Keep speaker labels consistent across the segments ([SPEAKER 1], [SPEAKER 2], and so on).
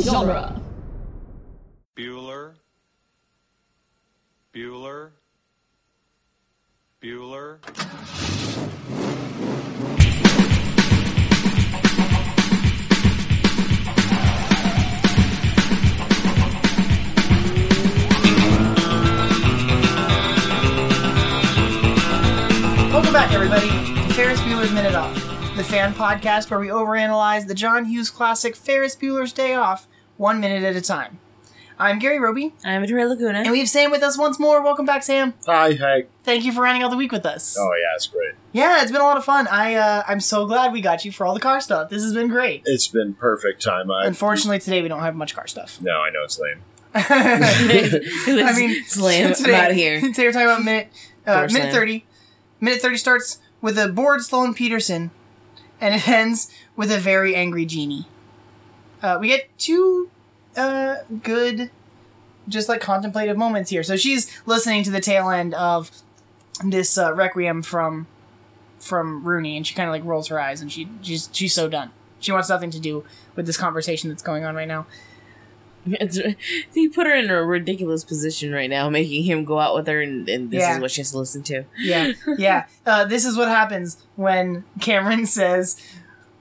[SPEAKER 1] genre.
[SPEAKER 2] Bueller. Bueller. Bueller.
[SPEAKER 3] Welcome back, everybody, to Ferris Bueller's Minute Off, the fan podcast where we overanalyze the John Hughes classic Ferris Bueller's Day Off, one minute at a time. I'm Gary Roby,
[SPEAKER 4] I'm Victoria Laguna.
[SPEAKER 3] and we have Sam with us once more. Welcome back, Sam.
[SPEAKER 5] Hi, hey.
[SPEAKER 3] Thank you for running out the week with us.
[SPEAKER 5] Oh yeah, it's great.
[SPEAKER 3] Yeah, it's been a lot of fun. I uh, I'm so glad we got you for all the car stuff. This has been great.
[SPEAKER 5] It's been perfect time. I
[SPEAKER 3] Unfortunately, today we don't have much car stuff.
[SPEAKER 5] no, I know it's lame.
[SPEAKER 4] I
[SPEAKER 3] I mean,
[SPEAKER 4] slam
[SPEAKER 3] today,
[SPEAKER 4] about here.
[SPEAKER 3] Today we're talking about minute uh,
[SPEAKER 4] Power
[SPEAKER 3] minute
[SPEAKER 4] slam.
[SPEAKER 3] thirty. Minute thirty starts with a bored Sloan Peterson, and it ends with a very angry genie. Uh, we get two uh, good, just like contemplative moments here. So she's listening to the tail end of this uh, requiem from from Rooney, and she kind of like rolls her eyes, and she she's she's so done. She wants nothing to do with this conversation that's going on right now.
[SPEAKER 4] It's, he put her in a ridiculous position right now, making him go out with her, and, and this
[SPEAKER 3] Yeah.
[SPEAKER 4] is what she has to listen to.
[SPEAKER 3] yeah, yeah. Uh, this is what happens when Cameron says,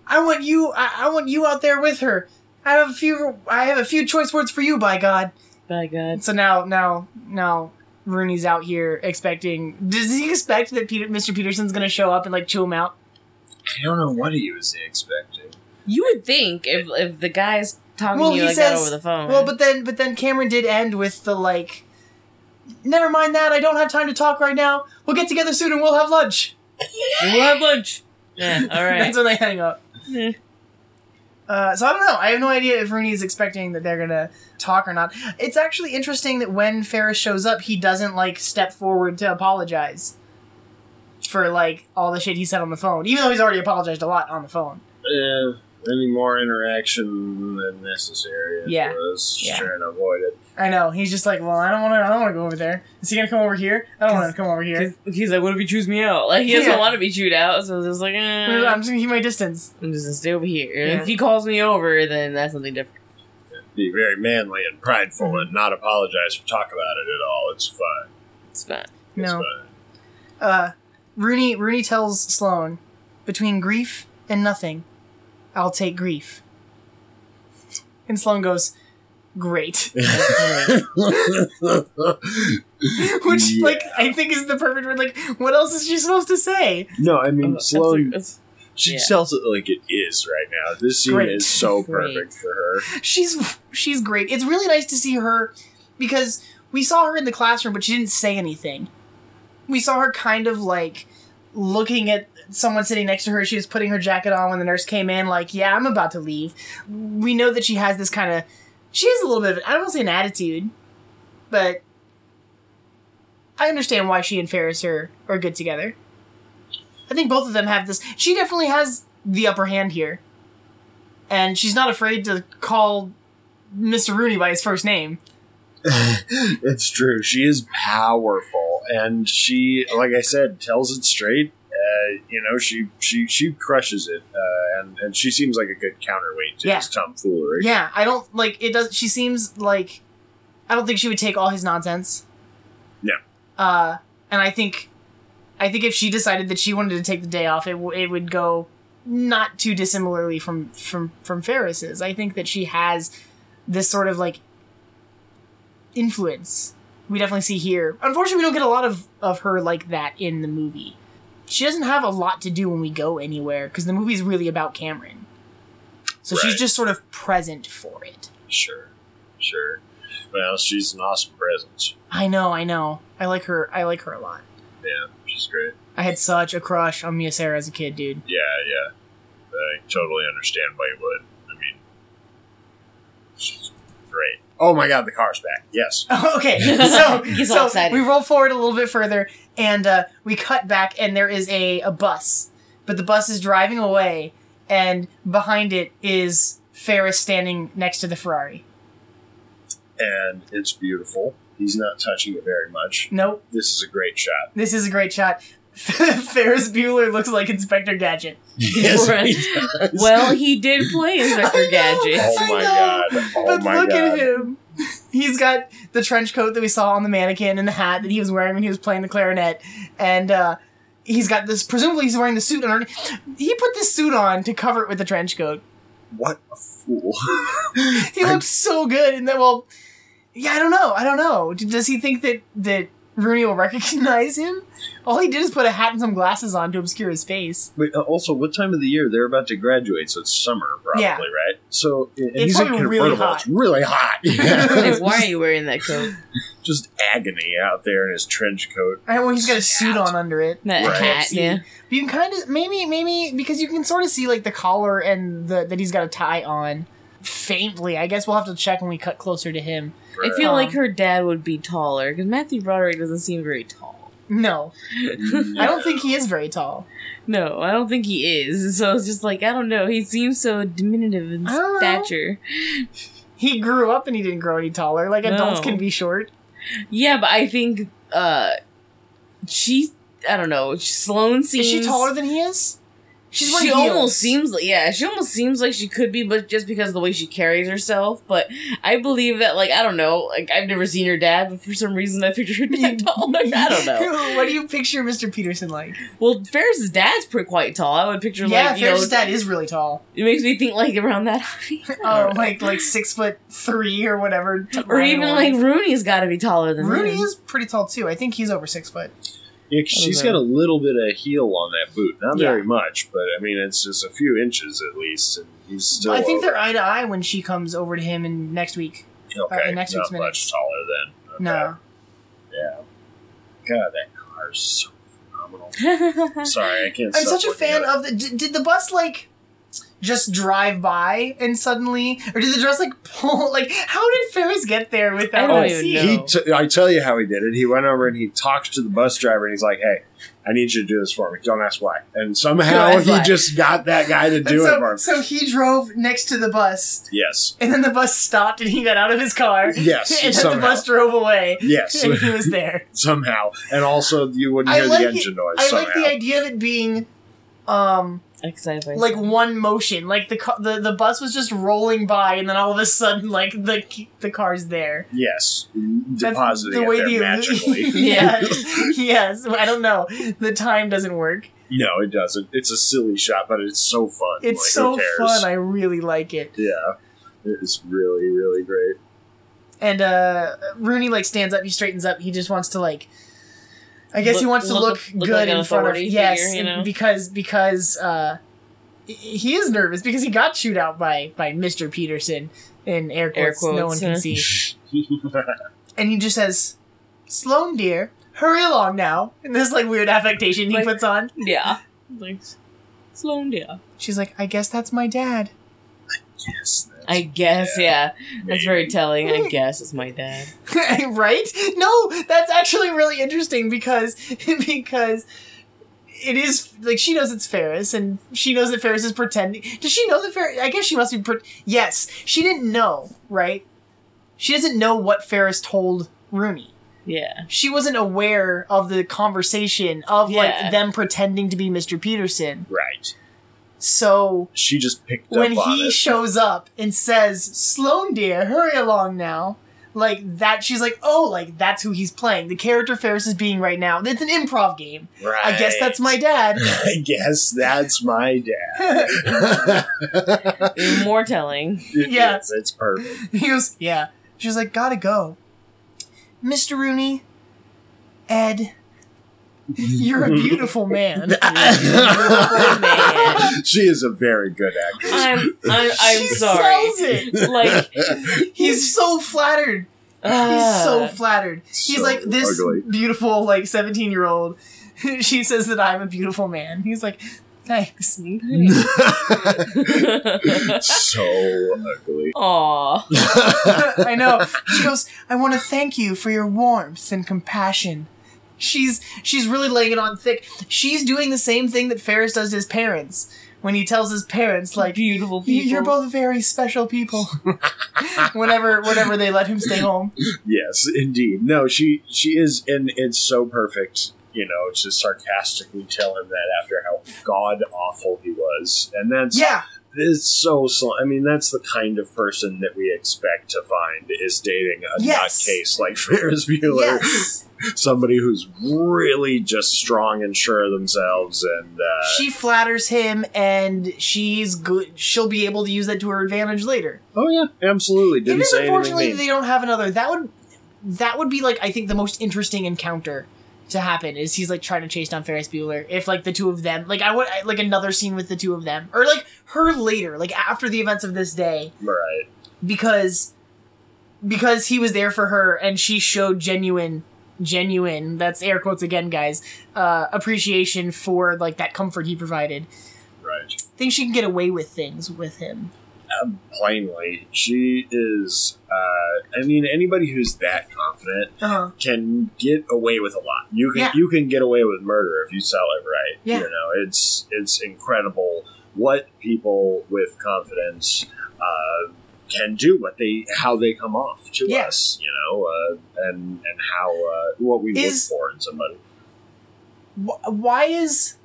[SPEAKER 3] "I want you. I, I want you out there with her. I have a few. I have a few choice words for you. By God."
[SPEAKER 4] By God.
[SPEAKER 3] So now, now, now, Rooney's out here expecting. Does he expect that Peter, Mr. Peterson's going to show up and like chew him out?
[SPEAKER 5] I don't know what he was expecting.
[SPEAKER 4] You would think if, if the guy's talking
[SPEAKER 3] Well,
[SPEAKER 4] to you
[SPEAKER 3] he
[SPEAKER 4] like that
[SPEAKER 3] says-
[SPEAKER 4] over the phone.
[SPEAKER 3] Well, but then, but then Cameron did end with the like. Never mind that. I don't have time to talk right now. We'll get together soon and we'll have lunch.
[SPEAKER 4] we'll have lunch. Yeah, all right.
[SPEAKER 3] That's when they hang up.
[SPEAKER 4] Yeah.
[SPEAKER 3] Uh, so I don't know. I have no idea if Rooney is expecting that they're gonna talk or not. It's actually interesting that when Ferris shows up, he doesn't like step forward to apologize for like all the shit he said on the phone, even though he's already apologized a lot on the phone.
[SPEAKER 5] Uh, any more interaction than necessary?
[SPEAKER 3] Yeah.
[SPEAKER 5] I was
[SPEAKER 3] Yeah.
[SPEAKER 5] trying to avoid it.
[SPEAKER 3] I know. He's just like, well, I don't want to. I don't want to go over there. Is he gonna come over here? I don't want him to come over here.
[SPEAKER 4] 'Cause He's like, what if he chews me out? Like, he doesn't
[SPEAKER 3] Yeah.
[SPEAKER 4] want to be chewed out, so it's just like, eh,
[SPEAKER 3] I'm
[SPEAKER 4] I'm
[SPEAKER 3] just gonna keep my distance.
[SPEAKER 4] just gonna stay over here.
[SPEAKER 3] Yeah.
[SPEAKER 4] If he calls me over, then that's something different.
[SPEAKER 5] Be very manly and prideful, and not apologize or talk about it at all. It's fine.
[SPEAKER 4] It's fine.
[SPEAKER 5] It's
[SPEAKER 3] No.
[SPEAKER 5] fine.
[SPEAKER 3] Uh, Rooney. Rooney tells Sloane, between grief and nothing, I'll take grief. And Sloane goes, great. Which,
[SPEAKER 5] Yeah.
[SPEAKER 3] like, I think is the perfect word. Like, what else is she supposed to say?
[SPEAKER 5] no, I
[SPEAKER 4] Oh,
[SPEAKER 5] mean
[SPEAKER 4] that's
[SPEAKER 5] Sloan.
[SPEAKER 4] like- that's-
[SPEAKER 5] she
[SPEAKER 4] yeah.
[SPEAKER 5] tells it like it is right now. This scene
[SPEAKER 3] Great.
[SPEAKER 5] is so
[SPEAKER 4] Great.
[SPEAKER 5] perfect for her.
[SPEAKER 3] She's she's great. It's really nice to see her because we saw her in the classroom, but she didn't say anything. We saw her kind of like looking at someone sitting next to her. She was putting her jacket on when the nurse came in. Like, yeah, I'm about to leave. We know that she has this kind of. She has a little bit of. I don't want to say an attitude, but I understand why she and Ferris are are good together. I think both of them have this. She definitely has the upper hand here, and she's not afraid to call Mr. Rooney by his first name.
[SPEAKER 5] it's true. She is powerful, and she, like I said, tells it straight. Uh, you know, she she she crushes it, uh, and and she seems like a good counterweight to
[SPEAKER 3] Yeah.
[SPEAKER 5] his tomfoolery.
[SPEAKER 3] Yeah, I don't like it. Does she seems like I don't think she would take all his nonsense.
[SPEAKER 5] Yeah.
[SPEAKER 3] Uh, and I think, I think if she decided that she wanted to take the day off, it w- it would go not too dissimilarly from from from Ferris's. I think that she has this sort of like influence. We definitely see here. Unfortunately, we don't get a lot of of her like that in the movie. She doesn't have a lot to do when we go anywhere because the movie's really about Cameron. So she's
[SPEAKER 5] Right.
[SPEAKER 3] just sort of present for it.
[SPEAKER 5] Sure, sure. Well, she's an awesome presence.
[SPEAKER 3] I know, I know. I like her. I like her a lot.
[SPEAKER 5] She's great.
[SPEAKER 3] I had such a crush on Mia Sarah as a kid, dude.
[SPEAKER 5] Yeah, yeah. I totally understand why you would. I mean, she's great. Oh my God, the car's back. Yes.
[SPEAKER 3] okay, so,
[SPEAKER 4] He's all
[SPEAKER 3] so
[SPEAKER 4] excited.
[SPEAKER 3] we roll forward a little bit further, and uh, we cut back, and there is a, a bus, but the bus is driving away, and behind it is Ferris standing next to the Ferrari.
[SPEAKER 5] And it's beautiful. He's not touching it very much.
[SPEAKER 3] Nope,
[SPEAKER 5] This is a great shot.
[SPEAKER 3] this is a great shot. Ferris Bueller looks like Inspector Gadget.
[SPEAKER 5] Yes,
[SPEAKER 4] Right.
[SPEAKER 5] he does.
[SPEAKER 4] Well, he did play Inspector
[SPEAKER 3] I know.
[SPEAKER 4] Gadget.
[SPEAKER 5] oh my
[SPEAKER 3] I
[SPEAKER 5] god! Oh
[SPEAKER 3] but
[SPEAKER 5] my
[SPEAKER 3] look
[SPEAKER 5] god!
[SPEAKER 3] at him. He's got the trench coat that we saw on the mannequin and the hat that he was wearing when he was playing the clarinet, and uh, he's got this. Presumably, he's wearing the suit underneath. He put this suit on to cover it with the trench coat.
[SPEAKER 5] What a fool!
[SPEAKER 3] He
[SPEAKER 5] I-
[SPEAKER 3] looked so good, and then well, yeah, I don't know, I don't know. D- Does he think that that Rooney will recognize him? All he did is put a hat and some glasses on to obscure his face.
[SPEAKER 5] But uh, also, what time of the year they're about to graduate? So it's summer, probably,
[SPEAKER 3] Yeah.
[SPEAKER 5] right? So and
[SPEAKER 3] It's
[SPEAKER 5] he's in
[SPEAKER 3] probably
[SPEAKER 5] convertible.
[SPEAKER 3] really hot.
[SPEAKER 5] It's really hot.
[SPEAKER 4] Like, why are you wearing that coat?
[SPEAKER 5] Just agony out there in his trench coat.
[SPEAKER 3] And well, he's got a suit on under it.
[SPEAKER 4] That
[SPEAKER 5] Right.
[SPEAKER 4] hat, yeah.
[SPEAKER 3] But you can kind of maybe maybe because you can sort of see like the collar and the that he's got a tie on faintly. I guess we'll have to check when we cut closer to him.
[SPEAKER 4] I feel like her dad would be taller because Matthew Broderick doesn't seem very tall.
[SPEAKER 3] No,
[SPEAKER 5] feel
[SPEAKER 3] I don't think he is very tall.
[SPEAKER 4] No, I don't think he is. So it's just like I don't know. He seems so diminutive in
[SPEAKER 3] I don't know.
[SPEAKER 4] stature.
[SPEAKER 3] He grew up and he didn't grow any taller. Like adults
[SPEAKER 4] No.
[SPEAKER 3] can be short.
[SPEAKER 4] Yeah, but I think uh she. I don't know. Sloane seems.
[SPEAKER 3] Is she taller than he is? She's wearing
[SPEAKER 4] she
[SPEAKER 3] heels.
[SPEAKER 4] almost seems like yeah, she almost seems like she could be, but just because of the way she carries herself. But I believe that like I don't know, like I've never seen her dad, but for some reason I pictured her dad taller. I don't know.
[SPEAKER 3] what do you picture Mr. Peterson like?
[SPEAKER 4] Well, Ferris's dad's pretty quite tall. I would picture
[SPEAKER 3] yeah,
[SPEAKER 4] like you
[SPEAKER 3] Ferris's
[SPEAKER 4] know,
[SPEAKER 3] dad is really tall.
[SPEAKER 4] it makes me think like around that height,
[SPEAKER 3] Oh, like like six foot three or whatever. t-
[SPEAKER 4] or even
[SPEAKER 3] Ryan
[SPEAKER 4] like
[SPEAKER 3] was.
[SPEAKER 4] Rooney's got to be taller than
[SPEAKER 3] Rooney
[SPEAKER 4] him.
[SPEAKER 3] is pretty tall too. I think he's over six foot.
[SPEAKER 5] Yeah, 'cause she's
[SPEAKER 4] I don't
[SPEAKER 5] got a little bit of heel on that boot. Not
[SPEAKER 3] Yeah.
[SPEAKER 5] very much, but I mean, it's just a few inches at least. And he's still.
[SPEAKER 3] I think
[SPEAKER 5] over-
[SPEAKER 3] they're eye to eye when she comes over to him in next week.
[SPEAKER 5] okay.
[SPEAKER 3] uh, next
[SPEAKER 5] not
[SPEAKER 3] week's minute.
[SPEAKER 5] much taller then. Okay.
[SPEAKER 3] No,
[SPEAKER 5] Yeah. God, that car is so phenomenal. Sorry, I can't.
[SPEAKER 3] I'm
[SPEAKER 5] stop
[SPEAKER 3] such a
[SPEAKER 5] looking
[SPEAKER 3] fan
[SPEAKER 5] at it.
[SPEAKER 3] of the. Did, did the bus like just drive by and suddenly, or did the dress like pull? Like, how did Ferris get there without?
[SPEAKER 4] I don't
[SPEAKER 5] Oh,
[SPEAKER 4] even
[SPEAKER 3] seeing-
[SPEAKER 4] know.
[SPEAKER 5] He, t- I tell you how he did it. He went over and he talks to the bus driver, and he's like, "Hey, I need you to do this for me. Don't ask why." And somehow
[SPEAKER 4] Don't ask
[SPEAKER 5] he
[SPEAKER 4] why.
[SPEAKER 5] just got that guy to
[SPEAKER 3] And
[SPEAKER 5] do it for
[SPEAKER 3] so,
[SPEAKER 5] him.
[SPEAKER 3] so he drove next to the bus,
[SPEAKER 5] Yes,
[SPEAKER 3] and then the bus stopped, and he got out of his car.
[SPEAKER 5] Yes,
[SPEAKER 3] and then
[SPEAKER 5] somehow.
[SPEAKER 3] the bus drove away.
[SPEAKER 5] yes,
[SPEAKER 3] and he was there.
[SPEAKER 5] somehow. And also, you wouldn't
[SPEAKER 3] I
[SPEAKER 5] hear
[SPEAKER 3] like
[SPEAKER 5] the
[SPEAKER 3] it-
[SPEAKER 5] engine noise.
[SPEAKER 3] I
[SPEAKER 5] somehow.
[SPEAKER 3] like the idea of it being, um,
[SPEAKER 4] Excited by
[SPEAKER 3] like one motion. Like the ca- the the bus was just rolling by, and then all of a sudden, like the the car's there.
[SPEAKER 5] Yes,
[SPEAKER 3] That's
[SPEAKER 5] depositing it there magically.
[SPEAKER 3] yeah, yes. I don't know. The time doesn't work.
[SPEAKER 5] no, it doesn't. It's a silly shot, but it's so fun.
[SPEAKER 3] It's
[SPEAKER 5] Like,
[SPEAKER 3] so
[SPEAKER 5] who cares?
[SPEAKER 3] fun. I really like it.
[SPEAKER 5] yeah, it is really, really great.
[SPEAKER 3] And uh Rooney like stands up. He straightens up. He just wants to like. I guess he
[SPEAKER 4] Look-
[SPEAKER 3] wants to
[SPEAKER 4] look-
[SPEAKER 3] look,
[SPEAKER 4] look
[SPEAKER 3] good
[SPEAKER 4] like an
[SPEAKER 3] in front of
[SPEAKER 4] authority
[SPEAKER 3] yes,
[SPEAKER 4] figure, you know?
[SPEAKER 3] because because uh, he is nervous because he got chewed out by by Mister Peterson in air quotes,
[SPEAKER 4] Air
[SPEAKER 3] no one
[SPEAKER 4] quotes,
[SPEAKER 3] can
[SPEAKER 4] huh?
[SPEAKER 3] see, and he just says, "Sloane dear, hurry along now." And this like weird affectation he
[SPEAKER 4] Like-
[SPEAKER 3] puts on.
[SPEAKER 4] yeah, like Sloan, yeah.
[SPEAKER 3] She's like, "I guess that's my dad."
[SPEAKER 5] yes, that's
[SPEAKER 4] I guess, yeah. That's very
[SPEAKER 5] maybe.
[SPEAKER 4] telling. I guess it's my dad.
[SPEAKER 3] right? No, that's actually really interesting because because it is like she knows it's Ferris and she knows that Ferris is pretending. Does she know that Ferris? I guess she must be. Pre- yes, she didn't know, right? She doesn't know what Ferris told Rooney.
[SPEAKER 4] Yeah.
[SPEAKER 3] She wasn't aware of the conversation of
[SPEAKER 4] Yeah.
[SPEAKER 3] like them pretending to be Mr. Peterson.
[SPEAKER 5] right.
[SPEAKER 3] So
[SPEAKER 5] She just picked
[SPEAKER 3] when
[SPEAKER 5] up on
[SPEAKER 3] he
[SPEAKER 5] it.
[SPEAKER 3] shows up and says, Sloan dear, hurry along now. Like that, she's like, oh, like that's who he's playing. The character Ferris is being right now. It's an improv game.
[SPEAKER 5] right.
[SPEAKER 3] I guess that's my dad.
[SPEAKER 5] I guess that's my dad.
[SPEAKER 4] Even more telling.
[SPEAKER 3] Yeah.
[SPEAKER 5] It's, it's perfect.
[SPEAKER 3] he goes, yeah. She's like, gotta go. Mr. Rooney, Ed, you're a beautiful man.
[SPEAKER 4] man.
[SPEAKER 5] she is a very good actress.
[SPEAKER 4] I'm, I'm, I'm
[SPEAKER 3] she
[SPEAKER 4] sorry.
[SPEAKER 3] sells it.
[SPEAKER 4] Like,
[SPEAKER 3] He's so flattered. He's so
[SPEAKER 4] uh,
[SPEAKER 3] flattered. He's
[SPEAKER 5] So
[SPEAKER 3] like this
[SPEAKER 5] ugly.
[SPEAKER 3] beautiful like 17 year old. she says that I'm a beautiful man. He's like, thanks.
[SPEAKER 5] so ugly.
[SPEAKER 4] ah. Aw.
[SPEAKER 3] I know. She goes, I want to thank you for your warmth and compassion. She's she's really laying it on thick. She's doing the same thing that Ferris does to his parents when he tells his parents like
[SPEAKER 4] Beautiful
[SPEAKER 3] "You-
[SPEAKER 4] people.
[SPEAKER 3] you're both very special people. whenever whenever they let him stay home.
[SPEAKER 5] yes, indeed. No, she she is, and it's so perfect. you know, to sarcastically tell him that after how god awful he was. And that's
[SPEAKER 3] Yeah,
[SPEAKER 5] it's so sl- I mean, that's the kind of person that we expect to find is dating a
[SPEAKER 3] Yes.
[SPEAKER 5] nutcase like Ferris Bueller,
[SPEAKER 3] yes.
[SPEAKER 5] somebody who's really just strong and sure of themselves, and uh,
[SPEAKER 3] she flatters him, and she's good. She'll be able to use that to her advantage later.
[SPEAKER 5] oh yeah, absolutely
[SPEAKER 3] it
[SPEAKER 5] didn't
[SPEAKER 3] is
[SPEAKER 5] say anything.
[SPEAKER 3] unfortunately
[SPEAKER 5] mean.
[SPEAKER 3] that they don't have another. That would that would be like I think the most interesting encounter to happen is he's like trying to chase down Ferris Bueller. If like the two of them, like I would I- like another scene with the two of them, or like her later, like after the events of this day,
[SPEAKER 5] right?
[SPEAKER 3] because because he was there for her and she showed genuine genuine that's air quotes again guys uh appreciation for like that comfort he provided
[SPEAKER 5] Right.
[SPEAKER 3] think she can get away with things with him
[SPEAKER 5] Plainly, she is. Uh, I mean, anybody who's that confident
[SPEAKER 3] uh-huh
[SPEAKER 5] can get away with a lot. You can
[SPEAKER 3] Yeah.
[SPEAKER 5] you can get away with murder if you sell it right.
[SPEAKER 3] Yeah.
[SPEAKER 5] You know, it's it's incredible what people with confidence uh, can do, what they how they come off to
[SPEAKER 3] Yeah.
[SPEAKER 5] us, you know, uh, and and how uh, what we
[SPEAKER 3] Is-
[SPEAKER 5] look for in somebody.
[SPEAKER 3] Wh- why is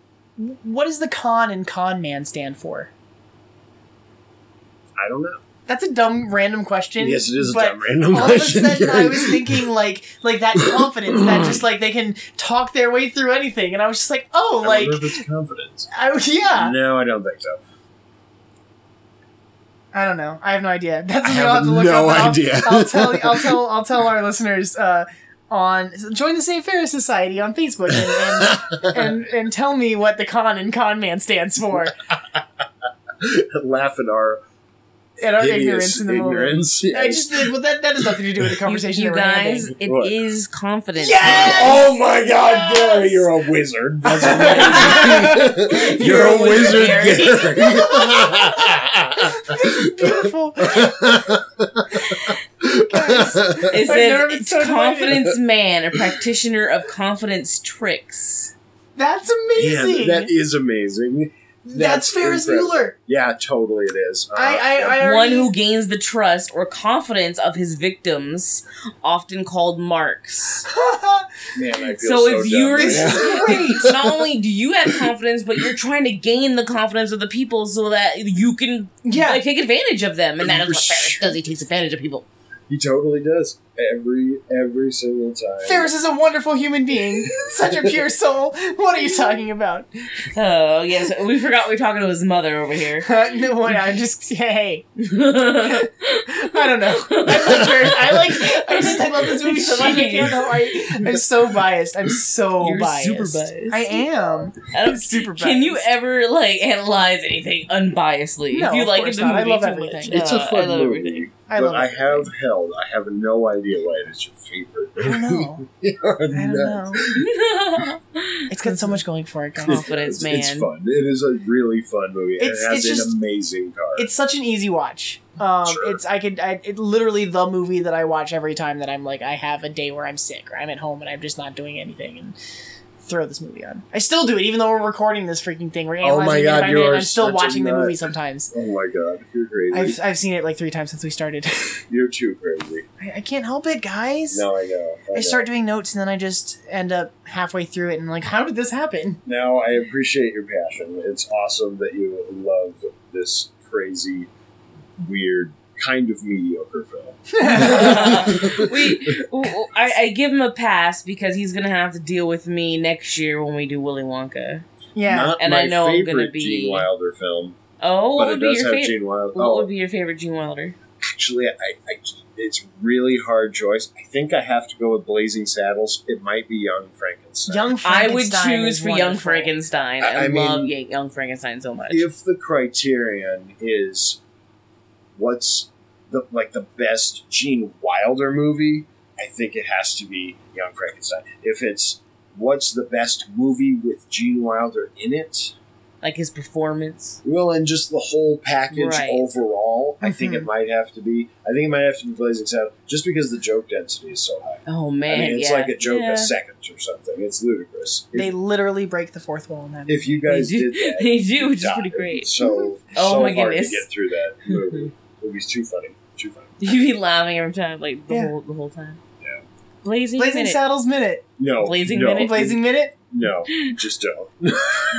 [SPEAKER 3] what does the con and con man stand for?
[SPEAKER 5] I don't know.
[SPEAKER 3] That's a dumb random question.
[SPEAKER 5] yes, it is a
[SPEAKER 3] but
[SPEAKER 5] dumb random
[SPEAKER 3] All of a
[SPEAKER 5] question.
[SPEAKER 3] sudden, I was thinking like like that confidence that just like they can talk their way through anything, and I was just like, oh,
[SPEAKER 5] I
[SPEAKER 3] like
[SPEAKER 5] wonder if it's confidence.
[SPEAKER 3] I, yeah,
[SPEAKER 5] No, I don't think so.
[SPEAKER 3] I don't know, I have no idea. That's
[SPEAKER 5] I
[SPEAKER 3] what I'll have
[SPEAKER 5] have
[SPEAKER 3] to look
[SPEAKER 5] no
[SPEAKER 3] up. I'll-
[SPEAKER 5] idea.
[SPEAKER 3] I'll, tell I'll tell I'll tell our listeners uh, on join the Saint Ferris Society on Facebook and, and, and and tell me what the con and con man stands for
[SPEAKER 5] Laugh at our
[SPEAKER 3] and our ignorance
[SPEAKER 5] hideous
[SPEAKER 3] in the moment.
[SPEAKER 5] ignorance.
[SPEAKER 3] I
[SPEAKER 5] yes.
[SPEAKER 3] just well that that has nothing to do with the conversation.
[SPEAKER 4] You, you
[SPEAKER 3] that we're
[SPEAKER 4] guys,
[SPEAKER 3] having.
[SPEAKER 4] it is
[SPEAKER 5] What?
[SPEAKER 4] confidence.
[SPEAKER 3] Yes!
[SPEAKER 5] Oh my God,
[SPEAKER 3] Yes!
[SPEAKER 5] Gary, you're a wizard. That's amazing. you're, a wizard,
[SPEAKER 3] Gary.
[SPEAKER 5] Gary.
[SPEAKER 3] beautiful.
[SPEAKER 4] It
[SPEAKER 3] I've
[SPEAKER 4] says
[SPEAKER 3] never been
[SPEAKER 4] it's
[SPEAKER 3] so delighted.
[SPEAKER 4] confidence man, a practitioner of confidence tricks.
[SPEAKER 3] That's
[SPEAKER 5] yeah,
[SPEAKER 3] amazing.
[SPEAKER 5] that is amazing.
[SPEAKER 3] that's,
[SPEAKER 5] that's
[SPEAKER 3] Ferris
[SPEAKER 5] incredible.
[SPEAKER 3] Bueller.
[SPEAKER 5] Yeah, totally it is. Uh,
[SPEAKER 3] I, I, I
[SPEAKER 4] One
[SPEAKER 3] already,
[SPEAKER 4] who gains the trust or confidence of his victims, often called marks.
[SPEAKER 5] man, I feel
[SPEAKER 4] So,
[SPEAKER 5] so,
[SPEAKER 4] if you're
[SPEAKER 5] dumb right
[SPEAKER 3] This
[SPEAKER 5] now.
[SPEAKER 3] is great.
[SPEAKER 4] not only do you have confidence, but you're trying to gain the confidence of the people so that you can
[SPEAKER 3] Yeah.
[SPEAKER 4] like, take advantage of them. And that is what Ferris does. He takes advantage of people.
[SPEAKER 5] He totally does every every single time.
[SPEAKER 3] Ferris is a wonderful human being. Such a pure soul. What are you talking about?
[SPEAKER 4] Oh, yes. We forgot we were talking to his mother over here.
[SPEAKER 3] no, what, I'm just hey. I don't know. I'm not sure. I like. I just I love this movie so much. I can't know why. I'm so biased. I'm so
[SPEAKER 4] You're
[SPEAKER 3] biased.
[SPEAKER 4] super biased.
[SPEAKER 3] I am.
[SPEAKER 4] I
[SPEAKER 3] I'm
[SPEAKER 4] don't
[SPEAKER 3] super biased.
[SPEAKER 4] Um, Can you ever like analyze anything unbiasedly?
[SPEAKER 3] No,
[SPEAKER 4] if you
[SPEAKER 3] of
[SPEAKER 4] like
[SPEAKER 3] course
[SPEAKER 4] the
[SPEAKER 3] not. I
[SPEAKER 4] movie
[SPEAKER 3] love
[SPEAKER 4] too
[SPEAKER 3] everything.
[SPEAKER 4] much.
[SPEAKER 5] it's
[SPEAKER 4] Uh,
[SPEAKER 5] a
[SPEAKER 4] I
[SPEAKER 5] fun
[SPEAKER 4] love
[SPEAKER 5] movie,
[SPEAKER 4] everything.
[SPEAKER 3] I
[SPEAKER 5] but
[SPEAKER 3] love.
[SPEAKER 5] I
[SPEAKER 3] it.
[SPEAKER 5] have held. I have no idea why it is your favorite.
[SPEAKER 3] I don't know. I don't know. It's got so much going for it. guys.
[SPEAKER 4] Confidence,
[SPEAKER 5] It's-
[SPEAKER 4] man.
[SPEAKER 5] It's fun. It is a really fun movie. and
[SPEAKER 3] It's-
[SPEAKER 5] it has
[SPEAKER 3] it's
[SPEAKER 5] an
[SPEAKER 3] just-
[SPEAKER 5] amazing car.
[SPEAKER 3] it's such an easy watch. Um,
[SPEAKER 5] Sure.
[SPEAKER 3] It's I could I, it literally the movie that I watch every time that I'm like I have a day where I'm sick or I'm at home and I'm just not doing anything and throw this movie on. I still do it even though we're recording this freaking thing. We're analyzing
[SPEAKER 5] Oh my
[SPEAKER 3] it
[SPEAKER 5] God,
[SPEAKER 3] by
[SPEAKER 5] you
[SPEAKER 3] minute,
[SPEAKER 5] are
[SPEAKER 3] I'm still
[SPEAKER 5] such a
[SPEAKER 3] watching the
[SPEAKER 5] nut.
[SPEAKER 3] movie sometimes.
[SPEAKER 5] oh my god, you're crazy.
[SPEAKER 3] I've, I've seen it like three times since we started.
[SPEAKER 5] you're too crazy.
[SPEAKER 3] I, I can't help it, guys.
[SPEAKER 5] No, I know. I,
[SPEAKER 3] I
[SPEAKER 5] know.
[SPEAKER 3] start doing notes and then I just end up halfway through it and I'm like, how did this happen?
[SPEAKER 5] Now I appreciate your passion. It's awesome that you love this crazy, weird kind of mediocre film.
[SPEAKER 4] we, I, I give him a pass because he's gonna have to deal with me next year when we do Willy Wonka.
[SPEAKER 3] Yeah.
[SPEAKER 5] Not
[SPEAKER 4] And
[SPEAKER 5] my
[SPEAKER 4] I know I'm gonna
[SPEAKER 5] favorite
[SPEAKER 4] be-
[SPEAKER 5] Gene Wilder film,
[SPEAKER 4] Oh, what
[SPEAKER 5] but
[SPEAKER 4] would
[SPEAKER 5] it
[SPEAKER 4] be
[SPEAKER 5] does
[SPEAKER 4] your
[SPEAKER 5] have
[SPEAKER 4] favorite?
[SPEAKER 5] Gene Wilder.
[SPEAKER 4] What
[SPEAKER 5] oh,
[SPEAKER 4] would be your favorite Gene Wilder?
[SPEAKER 5] actually, I, I, it's really hard choice. I think I have to go with Blazing Saddles. It might be Young Frankenstein.
[SPEAKER 3] Young
[SPEAKER 4] I would
[SPEAKER 3] Frankenstein
[SPEAKER 4] choose
[SPEAKER 3] is
[SPEAKER 4] for Young
[SPEAKER 3] wonderful.
[SPEAKER 4] Frankenstein.
[SPEAKER 5] I-
[SPEAKER 4] I,
[SPEAKER 5] I mean-
[SPEAKER 4] love Young- Young Frankenstein so much.
[SPEAKER 5] if the criterion is what's the like the best Gene Wilder movie, I think it has to be Young Frankenstein. If it's what's the best movie with Gene Wilder in it,
[SPEAKER 4] like his performance.
[SPEAKER 5] well, and just the whole package
[SPEAKER 4] Right.
[SPEAKER 5] overall, I think it might have to be. I think it might have to be Blazing Saddles, just because the joke density is so high.
[SPEAKER 4] Oh man,
[SPEAKER 5] I mean, it's
[SPEAKER 4] yeah.
[SPEAKER 5] like a joke
[SPEAKER 4] yeah.
[SPEAKER 5] a second or something. It's ludicrous.
[SPEAKER 3] They
[SPEAKER 5] If,
[SPEAKER 3] literally break the fourth wall in that.
[SPEAKER 5] if you
[SPEAKER 4] They
[SPEAKER 5] guys
[SPEAKER 4] do,
[SPEAKER 5] did that,
[SPEAKER 4] they do, which is
[SPEAKER 5] died.
[SPEAKER 4] pretty great.
[SPEAKER 5] So,
[SPEAKER 4] Oh
[SPEAKER 5] so
[SPEAKER 4] my
[SPEAKER 5] hard
[SPEAKER 4] goodness.
[SPEAKER 5] to get through that movie. Movie's too funny. Too funny.
[SPEAKER 4] You be laughing every time, like the
[SPEAKER 3] Yeah.
[SPEAKER 4] whole the whole time.
[SPEAKER 5] Yeah.
[SPEAKER 4] Blazing,
[SPEAKER 3] Blazing
[SPEAKER 4] Minute.
[SPEAKER 3] Saddles Minute.
[SPEAKER 5] No,
[SPEAKER 4] Blazing
[SPEAKER 5] no.
[SPEAKER 4] Minute?
[SPEAKER 3] Blazing Minute.
[SPEAKER 5] No, just don't.
[SPEAKER 4] That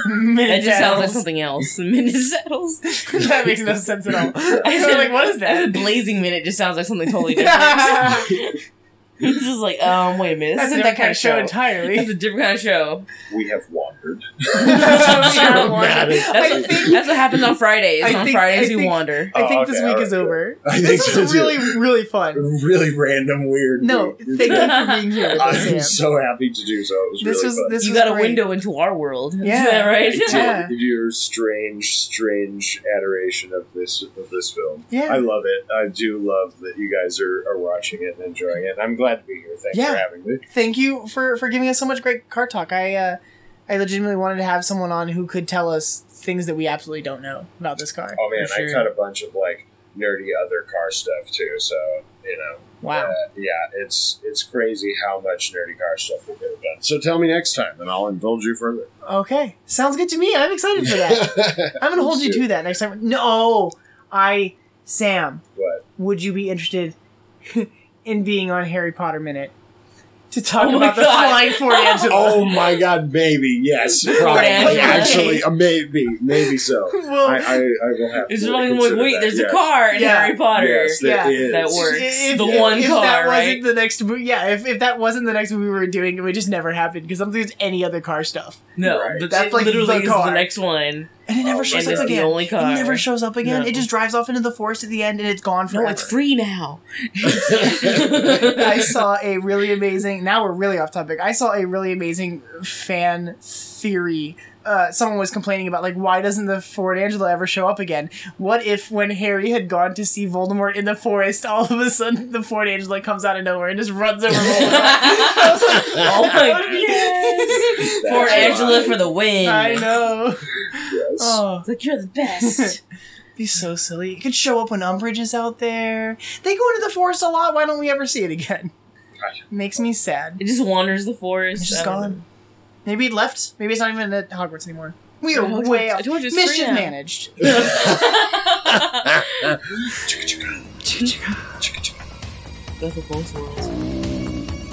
[SPEAKER 3] Minute
[SPEAKER 4] just sounds like
[SPEAKER 3] saddles.
[SPEAKER 4] something else. Minute saddles.
[SPEAKER 3] that makes no sense at all. I
[SPEAKER 4] I
[SPEAKER 3] was
[SPEAKER 4] said,
[SPEAKER 3] like, what is
[SPEAKER 4] I said
[SPEAKER 3] that?
[SPEAKER 4] blazing minute just sounds like something totally different. this is like, um, wait a minute. This
[SPEAKER 3] That's
[SPEAKER 4] isn't that kind of show. It's
[SPEAKER 3] entirely.
[SPEAKER 4] a different kind of show.
[SPEAKER 5] We have wandered.
[SPEAKER 4] That's what,
[SPEAKER 3] think-
[SPEAKER 4] that's what happens on Fridays.
[SPEAKER 3] I
[SPEAKER 4] on
[SPEAKER 3] think-
[SPEAKER 4] Fridays,
[SPEAKER 3] I
[SPEAKER 4] you
[SPEAKER 3] think-
[SPEAKER 4] wander.
[SPEAKER 3] I think
[SPEAKER 5] Oh,
[SPEAKER 3] this
[SPEAKER 5] okay,
[SPEAKER 3] week
[SPEAKER 5] all
[SPEAKER 3] is
[SPEAKER 5] right.
[SPEAKER 3] over.
[SPEAKER 5] I think
[SPEAKER 3] This
[SPEAKER 5] so,
[SPEAKER 3] was
[SPEAKER 5] too.
[SPEAKER 3] really, really fun.
[SPEAKER 5] Really random, weird.
[SPEAKER 3] No,
[SPEAKER 5] weird-
[SPEAKER 3] thank you for being here with us,
[SPEAKER 5] I'm
[SPEAKER 3] Sam.
[SPEAKER 5] so happy to do so. It was
[SPEAKER 3] This
[SPEAKER 5] really
[SPEAKER 3] was-
[SPEAKER 5] fun.
[SPEAKER 3] this
[SPEAKER 4] you
[SPEAKER 3] was
[SPEAKER 4] got a
[SPEAKER 3] great.
[SPEAKER 4] window into our world.
[SPEAKER 3] Yeah.
[SPEAKER 4] Is that right?
[SPEAKER 5] I did.
[SPEAKER 3] Yeah.
[SPEAKER 5] Your strange, strange adoration of this of this film.
[SPEAKER 3] Yeah.
[SPEAKER 5] I love it. I do love that you guys are, are watching it and enjoying it. I'm glad to be here. Thanks
[SPEAKER 3] Yeah.
[SPEAKER 5] for having me.
[SPEAKER 3] Thank you for for giving us so much great car talk. I uh, I legitimately wanted to have someone on who could tell us things that we absolutely don't know about this car.
[SPEAKER 5] Oh man,
[SPEAKER 4] For
[SPEAKER 5] I
[SPEAKER 4] sure.
[SPEAKER 5] cut a bunch of like nerdy other car stuff too. So you know,
[SPEAKER 3] Wow.
[SPEAKER 5] uh, yeah, it's it's crazy how much nerdy car stuff we could have done. So tell me next time, and I'll indulge you further.
[SPEAKER 3] Okay. Sounds good to me. I'm excited for that. I'm gonna hold you to that next time. No, I Sam.
[SPEAKER 5] What?
[SPEAKER 3] Would you be interested in being on Harry Potter Minute to talk
[SPEAKER 4] Oh my
[SPEAKER 3] about the
[SPEAKER 4] God.
[SPEAKER 3] flying Ford Angela?
[SPEAKER 5] Oh my god, maybe yes, probably
[SPEAKER 4] Angela.
[SPEAKER 5] actually, uh, maybe maybe so.
[SPEAKER 3] well,
[SPEAKER 5] I, I, I will have.
[SPEAKER 4] It's
[SPEAKER 5] to
[SPEAKER 4] funny. I'm like,
[SPEAKER 5] consider
[SPEAKER 4] wait,
[SPEAKER 5] that,
[SPEAKER 4] there's
[SPEAKER 5] yes.
[SPEAKER 4] a car in
[SPEAKER 3] Yeah.
[SPEAKER 4] Harry Potter.
[SPEAKER 5] Yes,
[SPEAKER 3] Yeah.
[SPEAKER 5] there is.
[SPEAKER 4] That works. The one
[SPEAKER 3] if
[SPEAKER 4] car,
[SPEAKER 3] that
[SPEAKER 4] right?
[SPEAKER 3] wasn't the next movie, yeah. If, if that wasn't the next movie we were doing, it would just never happen because something is any other car stuff,
[SPEAKER 4] No,
[SPEAKER 5] Right.
[SPEAKER 4] but
[SPEAKER 3] That's
[SPEAKER 4] it
[SPEAKER 3] like
[SPEAKER 4] literally
[SPEAKER 3] the
[SPEAKER 4] is
[SPEAKER 3] car.
[SPEAKER 4] the next one.
[SPEAKER 3] and it never
[SPEAKER 5] Oh,
[SPEAKER 3] shows
[SPEAKER 5] man,
[SPEAKER 3] up
[SPEAKER 5] it's the
[SPEAKER 3] again.
[SPEAKER 4] only car.
[SPEAKER 3] It never shows up again.
[SPEAKER 4] No.
[SPEAKER 3] It just drives off into the forest at the end, and it's gone forever.
[SPEAKER 4] No, it's free now.
[SPEAKER 3] I saw a really amazing. Now we're really off topic. I saw a really amazing fan theory. Uh, someone was complaining about like why doesn't the Ford Angela ever show up again? What if when Harry had gone to see Voldemort in the forest, all of a sudden the Ford Angela comes out of nowhere and just runs over Voldemort? I was like,
[SPEAKER 4] oh my
[SPEAKER 3] Yes.
[SPEAKER 4] For
[SPEAKER 5] That's
[SPEAKER 4] Angela
[SPEAKER 5] right.
[SPEAKER 4] for the win.
[SPEAKER 3] I know.
[SPEAKER 5] Yes.
[SPEAKER 3] Oh,
[SPEAKER 4] It's like you're the best.
[SPEAKER 3] be so silly. It could show up when Umbridge is out there. They go into the forest a lot. Why don't we ever see it again?
[SPEAKER 5] Gotcha.
[SPEAKER 3] Makes me sad.
[SPEAKER 4] it just wanders the forest.
[SPEAKER 3] It's just
[SPEAKER 4] I don't know.
[SPEAKER 3] gone. Maybe it left. Maybe it's not even at Hogwarts anymore. We
[SPEAKER 4] I
[SPEAKER 3] are
[SPEAKER 4] told you-
[SPEAKER 3] way
[SPEAKER 4] I
[SPEAKER 3] off.
[SPEAKER 4] told you it's free
[SPEAKER 3] Mischief
[SPEAKER 4] now.
[SPEAKER 3] managed.
[SPEAKER 4] Best of both worlds.